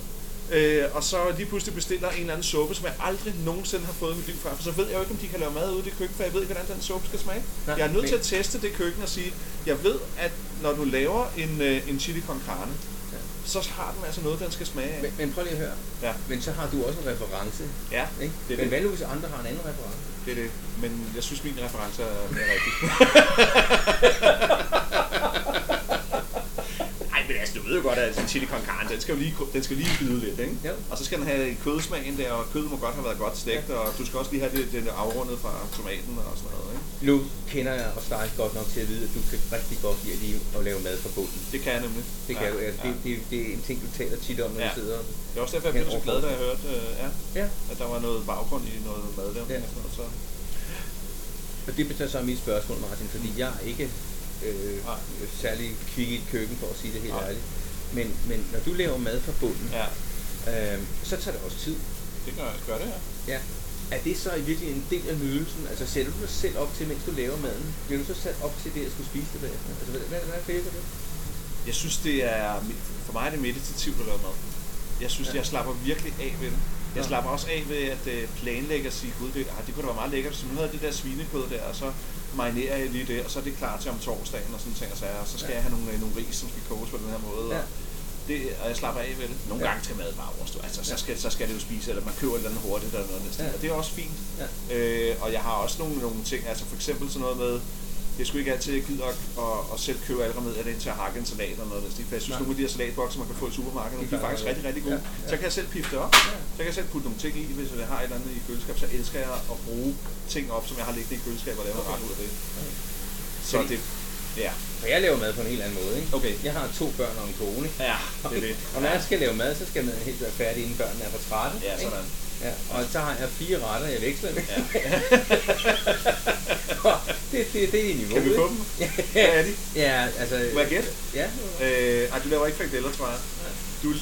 S3: øh, og så lige pludselig bestiller en eller anden suppe, som jeg aldrig nogensinde har fået i mit liv før. For så ved jeg jo ikke, om de kan lave mad ude i det køkken, for jeg ved ikke, hvordan den suppe skal smage.
S1: Nej,
S3: jeg er nødt
S1: men-
S3: til at teste det køkken og sige, jeg ved, at når du laver en, øh, en chili con carne,
S1: Ja.
S3: så har den altså noget, den skal smage af.
S1: Men, men prøv lige at høre.
S3: Ja.
S1: Men så har du også en reference.
S3: Ja,
S1: Ikke?
S3: Det er
S1: men
S3: det.
S1: hvad nu, hvis andre har en anden reference?
S3: det er det. Men jeg synes, min reference er mere rigtig. Nej, men altså, du ved jo godt, at en chili con carne, den skal jo lige, den skal lige flyde lidt, ikke?
S1: Jo.
S3: Og så skal den have kødsmagen der, og kødet må godt have været godt stegt, og du skal også lige have det, det afrundet fra tomaten og sådan noget, ikke?
S1: Nu kender jeg og dig godt nok til at vide, at du kan rigtig godt lide at lige at lave mad fra bunden.
S3: Det kan jeg nemlig.
S1: Det, kan
S3: ja,
S1: ja, du, altså,
S3: ja.
S1: det, det, det, er en ting, du taler tit om, når
S3: Ja.
S1: du sidder.
S3: Det er også derfor, jeg blev så glad, da jeg hørte, øh, ja,
S1: Ja.
S3: at der var noget baggrund i noget madlavning
S1: Ja.
S3: og sådan noget. Så,
S1: Og det betyder så mit spørgsmål, Martin, fordi jeg er ikke øh,
S3: Nej.
S1: særlig kvik i et køkken, for at sige det helt
S3: Nej.
S1: ærligt. Men, men når du laver mad fra bunden,
S3: ja,
S1: øh, så tager det også tid.
S3: det gør, gør det, ja.
S1: Ja. Er det så i virkeligheden en del af nydelsen? Altså sætter du dig selv op til, mens du laver maden? Bliver du så sat op til det, at skulle spise det bagefter? Altså, hvad, hvad, hvad virker det?
S3: Jeg synes, det er, for mig er det meditativt at lave mad. Jeg synes,
S1: Ja.
S3: ja. jeg slapper virkelig af ved det. Jeg
S1: Ja.
S3: slapper også af ved at øh, planlægge og sige, gud, det, ah, det kunne da være meget lækkert, hvis nu havde jeg det der svinekød der, og så marinerer jeg lige det, og så er det klar til om torsdagen og sådan ting og sager, og så skal
S1: Ja.
S3: ja. jeg have nogle, øh, nogle ris, som skal koges på den her måde.
S1: Ja.
S3: Ja. Og, det, og jeg slapper af ved det. Nogle
S1: Ja.
S3: ja. gange skal mad bare overstå. Altså, så,
S1: Ja.
S3: skal, så skal det jo spise, eller man køber et eller andet hurtigt eller noget næsten.
S1: Ja.
S3: Ja. Og det er også fint.
S1: Ja.
S3: Øh, og jeg har også nogle, nogle ting, altså for eksempel sådan noget med, jeg skulle ikke altid jeg gider at, at, at selv købe alle remedierne ind til at hakke en salat eller noget. af den stil, For jeg synes,
S1: Nej.
S3: nogle af de her salatbokser, man kan få i supermarkedet, de er faktisk rigtig, rigtig gode.
S1: Ja, ja.
S3: Så kan jeg selv pifte det op. Så kan jeg selv putte nogle ting i, hvis jeg har et eller andet i køleskab, så elsker jeg at bruge ting op, som jeg har liggende i køleskabet og lave ret ud af det. Så
S1: Fordi-
S3: det, ja,
S1: For jeg laver mad på en helt anden måde, ikke?
S3: Okay.
S1: Jeg har to børn og en kone.
S3: ja, det er det.
S1: Og når jeg skal lave mad, så skal maden helt være færdig, inden børnene er på trætte.
S3: Ja,
S1: ikke?
S3: sådan.
S1: Ja, og så har jeg fire retter, jeg veksler med.
S3: Ja.
S1: det, det, det er niveau.
S3: Kan vi få dem? Hvad er de?
S1: ja, altså...
S3: Må jeg gætte?
S1: Ja.
S3: Øh, ej, du laver ikke frikadeller, tror jeg. Du,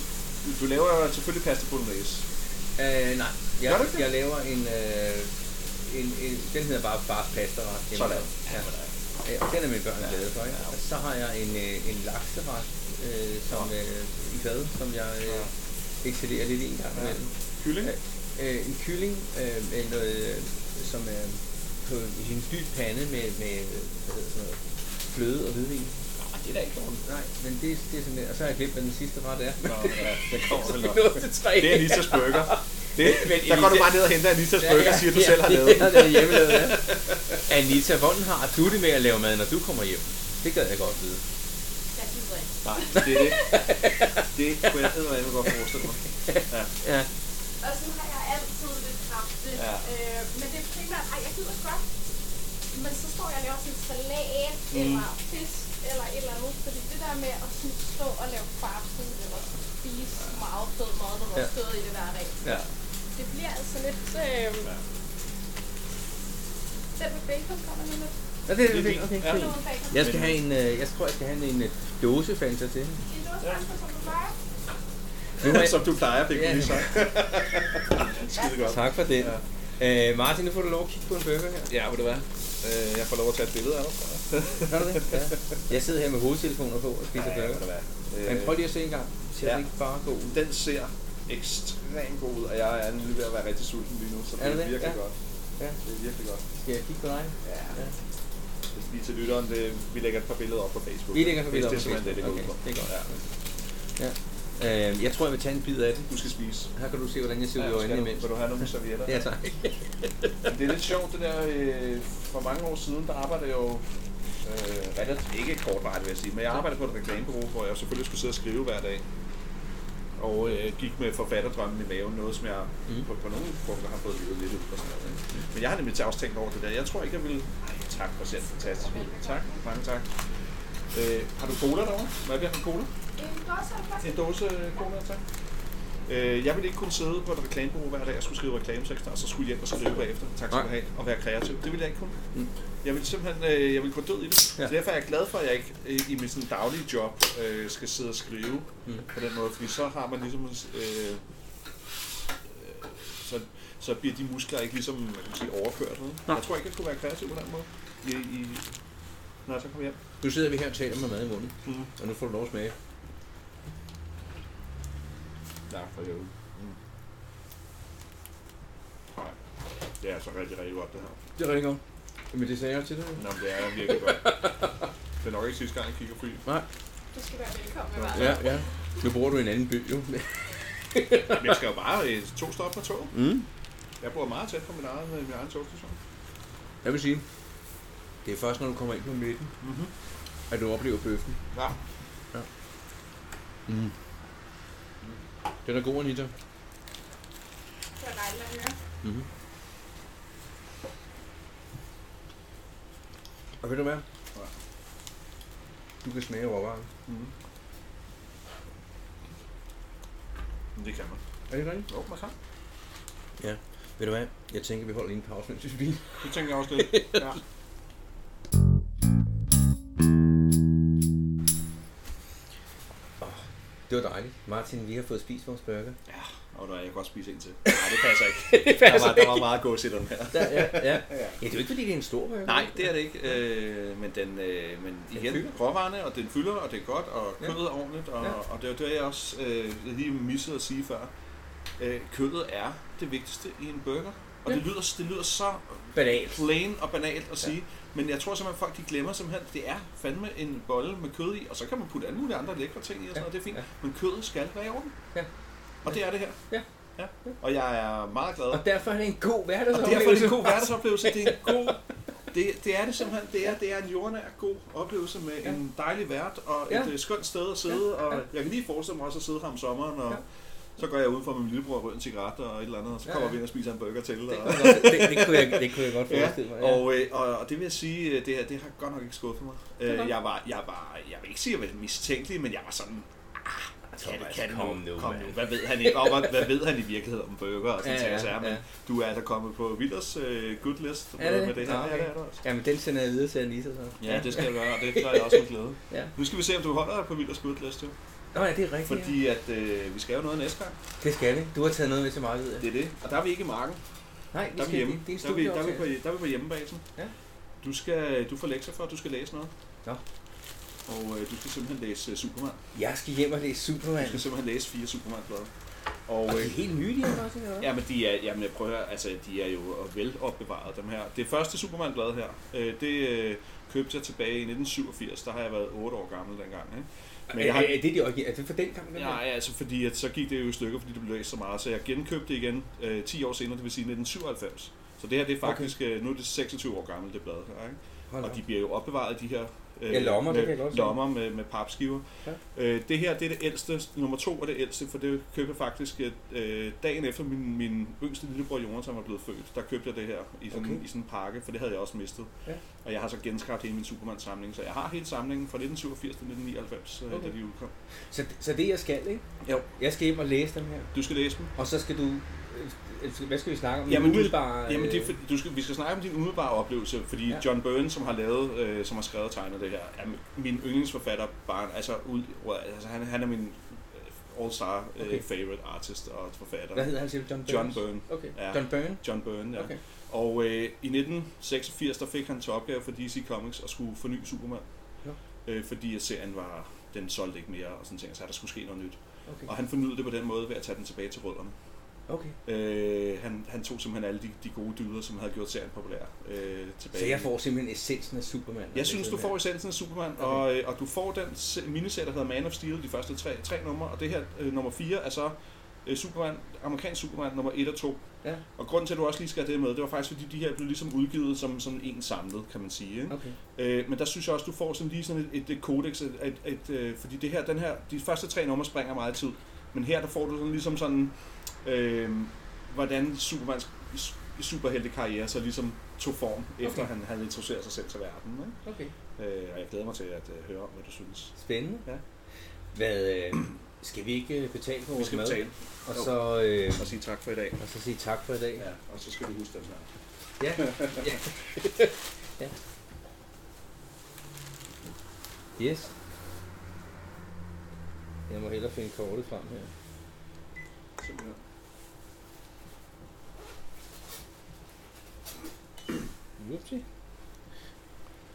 S3: du laver selvfølgelig pasta bolognese.
S1: Øh, nej.
S3: Gør du
S1: Jeg,
S3: ikke det?
S1: jeg laver en, øh, en, en... Den hedder bare Fars Pasta Ret.
S3: Sådan.
S1: Ja. Øh, Og den er mine børn glade for, ikke? Og så har jeg en, øh, en lakseret øh, som, øh, i fad, som jeg øh, excellerer lidt i en gang imellem.
S3: Kylling?
S1: øh, en kylling øh, med noget, øh, som er på i en dyb pande med, med hvad hedder sådan noget, fløde og hvidvin.
S3: Nej, det er da ikke dårligt.
S1: Nej, men det, det er sådan der. Og så har jeg glemt, hvad den sidste ret er.
S3: Nå, ja, det kommer vel
S1: Vi
S3: nok.
S1: nåede til tre.
S3: Det er Anitas Burger. Det,
S1: Men
S3: der går du
S1: Anita-
S3: bare ned og henter Anitas Burger og siger, at du
S1: ja,
S3: selv har lavet
S1: det.
S3: den.
S1: har jeg hjemmelavet, ja. Anita, hvordan har du det med at lave mad, når du kommer hjem? Det gad jeg godt vide.
S5: Jeg gider ikke.
S3: Nej, det er det. Det kunne jeg eddermame godt forestille mig.
S1: Ja.
S5: Og sådan har jeg altid lidt kraft.
S3: Ja.
S5: Ja. Øh, men det er primært, ej, jeg gider godt. Men så står jeg og laver sådan en salat, mm. eller fisk, eller et eller andet. Fordi det der med at sådan stå og lave farfud, eller så spise meget fed mad, når man
S1: Ja.
S5: ja. stået i det hver dag.
S1: ja.
S5: Det bliver altså lidt... Øh, ja. Den med bacon kommer lige lidt.
S1: Nå, det, det, det, okay,
S3: Ja.
S1: fint.
S5: Noget bacon.
S1: Jeg skal have en, øh, jeg tror, jeg skal have en, en øh, dåse Fanta til.
S5: En dåse ja. som du plejer.
S1: Nu har jeg,
S3: Som du plejer, det kunne
S1: Ja.
S3: lige sagt. Skide godt.
S1: Tak for det. Ja. Øh, Martin, nu får du lov at kigge på en burger her.
S3: Ja, vil det være? Øh, jeg får lov at tage et billede af dig. tror jeg.
S1: Kan du det? Ja. Jeg sidder her med hovedtelefoner på og spiser
S3: Ja, vil det
S1: burger.
S3: være.
S1: Men
S3: Øh,
S1: prøv lige at se en gang. Ser ja.
S3: ja.
S1: det ikke bare god ud?
S3: Den ser ekstremt god ud, og jeg er lige ved at være rigtig sulten lige nu, så det
S1: Er
S3: er,
S1: det det?
S3: virkelig
S1: Ja.
S3: godt.
S1: Ja.
S3: Det er virkelig godt.
S1: Skal jeg kigge på dig?
S3: Ja.
S1: Ja.
S3: Lige til lytteren, det, vi lægger et par billeder op på Facebook.
S1: Vi lægger
S3: Det
S1: billeder
S3: er
S1: op på
S3: simpelthen det, det går
S1: Facebook.
S3: ud på.
S1: Okay, det er godt.
S3: Ja.
S1: Ja. Øh, jeg tror, jeg vil tage en bid af det.
S3: Du skal spise.
S1: Her kan du se, hvordan jeg ser ud i
S3: Ja,
S1: øjnene
S3: skal du,
S1: imens.
S3: vil du have nogle servietter?
S1: Ja, tak.
S3: Men Det er lidt sjovt, det der, øh, for mange år siden, der arbejdede jeg jo øh, relativt, ikke kortvarigt vil jeg sige, men jeg arbejdede på et reklamebureau, hvor jeg selvfølgelig skulle sidde og skrive hver dag. Og øh, gik med forfatterdrømmen i maven, noget som jeg
S1: Mm.
S3: mm. på, på nogle punkter har fået løbet lidt ud og sådan noget. ikke? Men jeg har nemlig til også tænkt over det der. Jeg tror ikke, jeg ville... Ej, tak for selv. Fantastisk. Tak. Mange tak. Øh, har du cola derovre? Hvad bliver der for cola?
S5: En dåse af
S3: En dåse cola, tak. Øh, jeg ville ikke kunne sidde på et reklamebureau hver dag og skulle skrive reklametekster, og så skulle hjem og skrive bagefter, tak skal du have, og være kreativ. Det ville jeg ikke kunne.
S6: Mm.
S3: Jeg ville simpelthen øh, jeg ville gå død i det.
S6: Ja.
S3: Ja. Så derfor er jeg glad for, at jeg ikke øh, i min sådan, daglige job øh, skal sidde og skrive
S6: Mm.
S3: mm. på den måde, fordi så har man ligesom... Øh, øh, så, så bliver de muskler ikke ligesom man kan sige, overført. Noget. Jeg tror ikke, jeg kunne være kreativ på den måde, i, i, når jeg så kommer hjem.
S6: Nu sidder vi her og taler med mad i munden,
S3: Mm.
S6: og nu får du lov at smage.
S3: Ja, for jeg mm. Nej, det er altså rigtig, rigtig godt det her.
S6: Det er rigtig godt. Men det sagde jeg også til dig. jo.
S3: Nå, men det er virkelig godt. Det er nok ikke sidste gang, jeg kigger fri.
S5: Du skal være velkommen, hva'?
S6: Ja, ja. Nu bor du i en anden by, jo.
S3: Men jeg skal jo bare øh, to stop med toget.
S6: Mm.
S3: Jeg bor meget tæt på min egen, øh, min egen togstation.
S6: Jeg vil sige, det er først, når du kommer ind på midten,
S3: Mhm.
S6: at du oplever bøffen.
S3: Ja.
S6: Den er god, Anita.
S5: Det var dejligt at høre.
S6: Mm-hmm. Og ved du hvad? Du kan smage råvaren.
S3: Mm. Men det kan man.
S6: Er det rigtigt?
S3: Jo, man kan.
S6: Ved du hvad? Jeg tænker, vi holder lige en pause, mens vi spiser.
S3: Det tænker jeg også lidt. Ja.
S6: Det var dejligt. Martin, vi har fået spist vores burger.
S3: Og der er jeg kan godt spise en til. Nej, det passer ikke. det passer der, var, der var meget gås i den her.
S6: Ja, ja, ja. ja, det er jo ikke, fordi det er en stor burger.
S3: Nej, det er det ikke. Øh, men den, øh, men igen,
S6: fylder.
S3: råvarerne, og den fylder, og det er godt, og
S6: Ja.
S3: kødet er ordentligt, og,
S6: Ja.
S3: ja. og det var det, jeg også øh, lige missede at sige før. Øh, kødet er det vigtigste i en burger, og
S6: Ja.
S3: ja. det, lyder, det lyder så
S6: Banalt.
S3: plain og banalt at sige, men jeg tror simpelthen, folk de glemmer simpelthen, at det er fandme en bolle med kød i, og så kan man putte alle mulige andre lækre ting i, og sådan noget, det er fint,
S6: Ja.
S3: men kødet skal være i orden.
S6: Ja.
S3: Og det er det her.
S6: Ja.
S3: ja. Og jeg er meget glad.
S6: Og derfor er det en god
S3: Og
S6: hverdagsoplevelse.
S3: derfor er det en god hverdagsoplevelse. Det er en god... Det, det er det simpelthen. Det er, det er en jordnær god oplevelse med
S6: Ja.
S3: ja. en dejlig vært og
S6: Ja.
S3: ja. et øh, skønt sted at sidde.
S6: Ja,
S3: Ja. Og
S6: ja.
S3: jeg kan lige forestille mig også at sidde her om sommeren, og
S6: Ja.
S3: ja. så går jeg ud for min lillebror og rører en cigaret og et eller andet, og så
S6: Ja,
S3: kommer
S6: ja.
S3: vi ind og spiser en burger til.
S6: Det,
S3: Og,
S6: kunne jeg godt- det, det, kunne jeg, det kunne jeg godt
S3: ja.
S6: forestille mig.
S3: Og, øh, og, og det vil jeg sige, øh, det her det har godt nok ikke skuffet mig. Øh,
S6: godt.
S3: jeg, var, jeg, var, jeg vil ikke sige, at jeg var mistænkelig, men jeg var sådan, kan det, kan det
S6: kom nu,
S3: kom
S6: mand.
S3: nu. Hvad ved han ikke? Og hvad, hvad ved han i virkeligheden om burger og sådan
S6: Ja,
S3: ja,
S6: ja,
S3: ja, ja. men
S6: ja.
S3: du er altså kommet på Vilders øh, good list
S6: Er
S3: med
S6: det det?
S3: det her.
S6: Nå,
S3: Ja, det
S6: okay.
S3: er det også.
S6: Jamen, den sender jeg videre til Anita så.
S3: Ja, det skal jeg gøre, og det gør jeg også med glæde.
S6: Ja.
S3: Nu skal vi se, om du holder dig på Vilders good list, jo.
S6: Nå ja, det er rigtigt. Fordi...
S3: Fordi at, øh, vi skal jo noget næste gang.
S6: Det skal vi. Du har taget noget med til mig, ved jeg.
S3: Det er det. Og der er vi ikke i marken.
S6: Nej, vi
S3: Der er vi
S6: skal,
S3: hjemme.
S6: det, det er
S3: Der er vi, der er vi,
S6: studieoptagelse.
S3: på, der er vi på hjemmebasen.
S6: Ja.
S3: Du, skal, du får lektier for, at du skal læse noget.
S6: Nå.
S3: Og øh, du skal simpelthen læse øh, Superman.
S6: Jeg skal hjem og læse Superman.
S3: Du skal simpelthen læse fire Superman-plader. Og,
S6: Og det
S3: øh,
S6: er helt nye, de her også, eller hvad?
S3: Ja, men de er, jamen, prøv at høre, altså, de er jo velopbevaret, dem her. Det første Superman-blad her, øh, det øh, købte jeg tilbage i 1987. Der har jeg været 8 år gammel dengang. Ikke? Men jeg har,
S6: Er, er, det de origi- er det for den gang? den
S3: ja,
S6: her?
S3: ja, altså, fordi at, så gik det jo i stykker, fordi det blev læst så meget. Så jeg genkøbte det igen øh, 10 år senere, det vil sige 1997. Så det her, det er faktisk, okay. nu er det 26 år gammelt, det blad her. Ikke?
S6: Hold
S3: Og
S6: op.
S3: de bliver jo opbevaret, de her øh,
S6: Ja, lommer, det
S3: med,
S6: kan jeg godt se.
S3: lommer med, med papskiver.
S6: Ja.
S3: Øh, det her, det er det ældste. Nummer to er det ældste, for det købte jeg faktisk øh, dagen efter min, min yngste lillebror Jonas, som var blevet født. Der købte jeg det her i sådan,
S6: Okay.
S3: okay. i sådan en pakke, for det havde jeg også mistet.
S6: Ja.
S3: Og jeg har så genskabt hele min Superman-samling, så jeg har hele samlingen fra 1987 til 1999, øh,
S6: Okay.
S3: da de udkom.
S6: Så, så det jeg skal, ikke?
S3: Jo.
S6: Jeg skal hjem og læse dem her.
S3: Du skal læse dem.
S6: Og så skal du... øh, Hvad skal vi snakke om?
S3: Jamen, du-
S6: Umiddelbare,
S3: Jamen, det er,
S6: øh,
S3: fordi- du skal, vi skal snakke om din umiddelbare oplevelse, fordi
S6: Ja.
S3: ja. John Byrne, som har lavet, øh, som har skrevet og tegnet det her, er min yndlingsforfatter, bare, altså, ud, altså han, han er min øh, all-star øh,
S6: Okay.
S3: favorite artist og forfatter.
S6: Hvad hedder han selv? John Burns?
S3: John Byrne.
S6: Okay.
S3: Ja.
S6: John Byrne?
S3: John Byrne, ja.
S6: Okay.
S3: Og øh, i 1986, der fik han til opgave for DC Comics at skulle forny Superman.
S6: Ja.
S3: Øh, fordi at serien var, den solgte ikke mere og sådan ting, så der skulle ske noget nyt.
S6: Okay.
S3: Og han fornyede det på den måde ved at tage den tilbage til rødderne.
S6: okay.
S3: Øh, han, han tog simpelthen alle de, de gode dyder, som havde gjort serien populær øh, tilbage.
S6: Så jeg får simpelthen essensen af Superman.
S3: Jeg synes, du får essensen af Superman, okay. og, øh, og du får den se- miniserie, der hedder Man of Steel, de første tre, tre numre, og det her øh, nummer 4 er så øh, Superman, amerikansk Superman nummer 1 og 2.
S6: Ja.
S3: Og grunden til, at du også lige skal have det med, det var faktisk, fordi de her blev ligesom udgivet som sådan en samlet, kan man sige. Ikke?
S6: Okay.
S3: Øh, men der synes jeg også, du får sådan lige sådan et, et, et kodex, et, et, et, øh, fordi det her, den her, de første tre numre springer meget tid, men her der får du sådan ligesom sådan, øh, hvordan Supermans s- superheltekarriere så ligesom tog form, okay. efter
S6: Okay.
S3: han havde introduceret sig selv til verden. Ikke?
S6: Okay.
S3: Øh, og jeg glæder mig til at øh, høre om, hvad du synes.
S6: Spændende.
S3: Ja.
S6: Hvad, øh, Skal vi ikke øh, betale for
S3: Vi
S6: vores
S3: skal
S6: mad?
S3: betale
S6: Og
S3: Jo.
S6: så, øh,
S3: og sige tak for i dag.
S6: og så sige tak for i dag.
S3: Ja, og så skal du huske det snart.
S6: Ja. ja. ja. Yes. Jeg må hellere finde kortet frem her.
S3: Simpelthen.
S6: Upsi.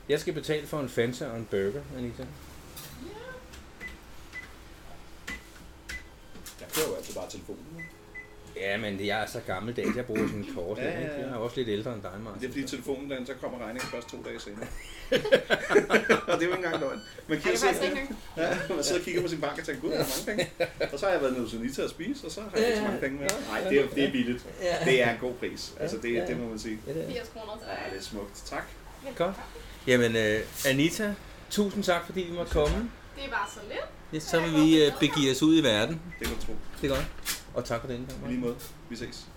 S6: Jeg skal betale for en Fanta og en burger, Anita.
S3: Jeg kører jo altid bare telefonen.
S6: Ja, men jeg er så gammeldags, jeg bruger sådan en kort.
S3: Ja,
S6: her,
S3: ja,
S6: ikke?
S3: ja.
S6: Jeg er også lidt ældre end dig, Martin.
S3: Det er fordi telefonen, den, så kommer regningen først to dage senere. og det er jo ikke engang løgn. Man
S5: Ej,
S3: kigger,
S5: det er faktisk
S3: sidder,
S5: ikke nok.
S3: ja, man sidder og kigger på sin bank og tænker, gud, jeg har mange penge. Og så har jeg været nede hos Anita og spise, og så har jeg ikke så mange penge mere. Nej, det er, det er billigt.
S6: Ja.
S3: Det er en god pris. Altså,
S6: Ja, ja.
S3: det, det må man sige.
S6: Ja, det er.
S5: 80 kroner til
S3: Ja,
S5: dig.
S3: det er smukt. Tak.
S6: Godt. Jamen, øh, Anita, tusind tak, fordi vi måtte komme.
S5: Det er bare så lidt.
S6: Ja, så vil vi øh, begive os ud i verden.
S3: Det kan du tro.
S6: Det er godt. Og tak for den gang.
S3: I
S6: Martin.
S3: lige måde. Vi ses.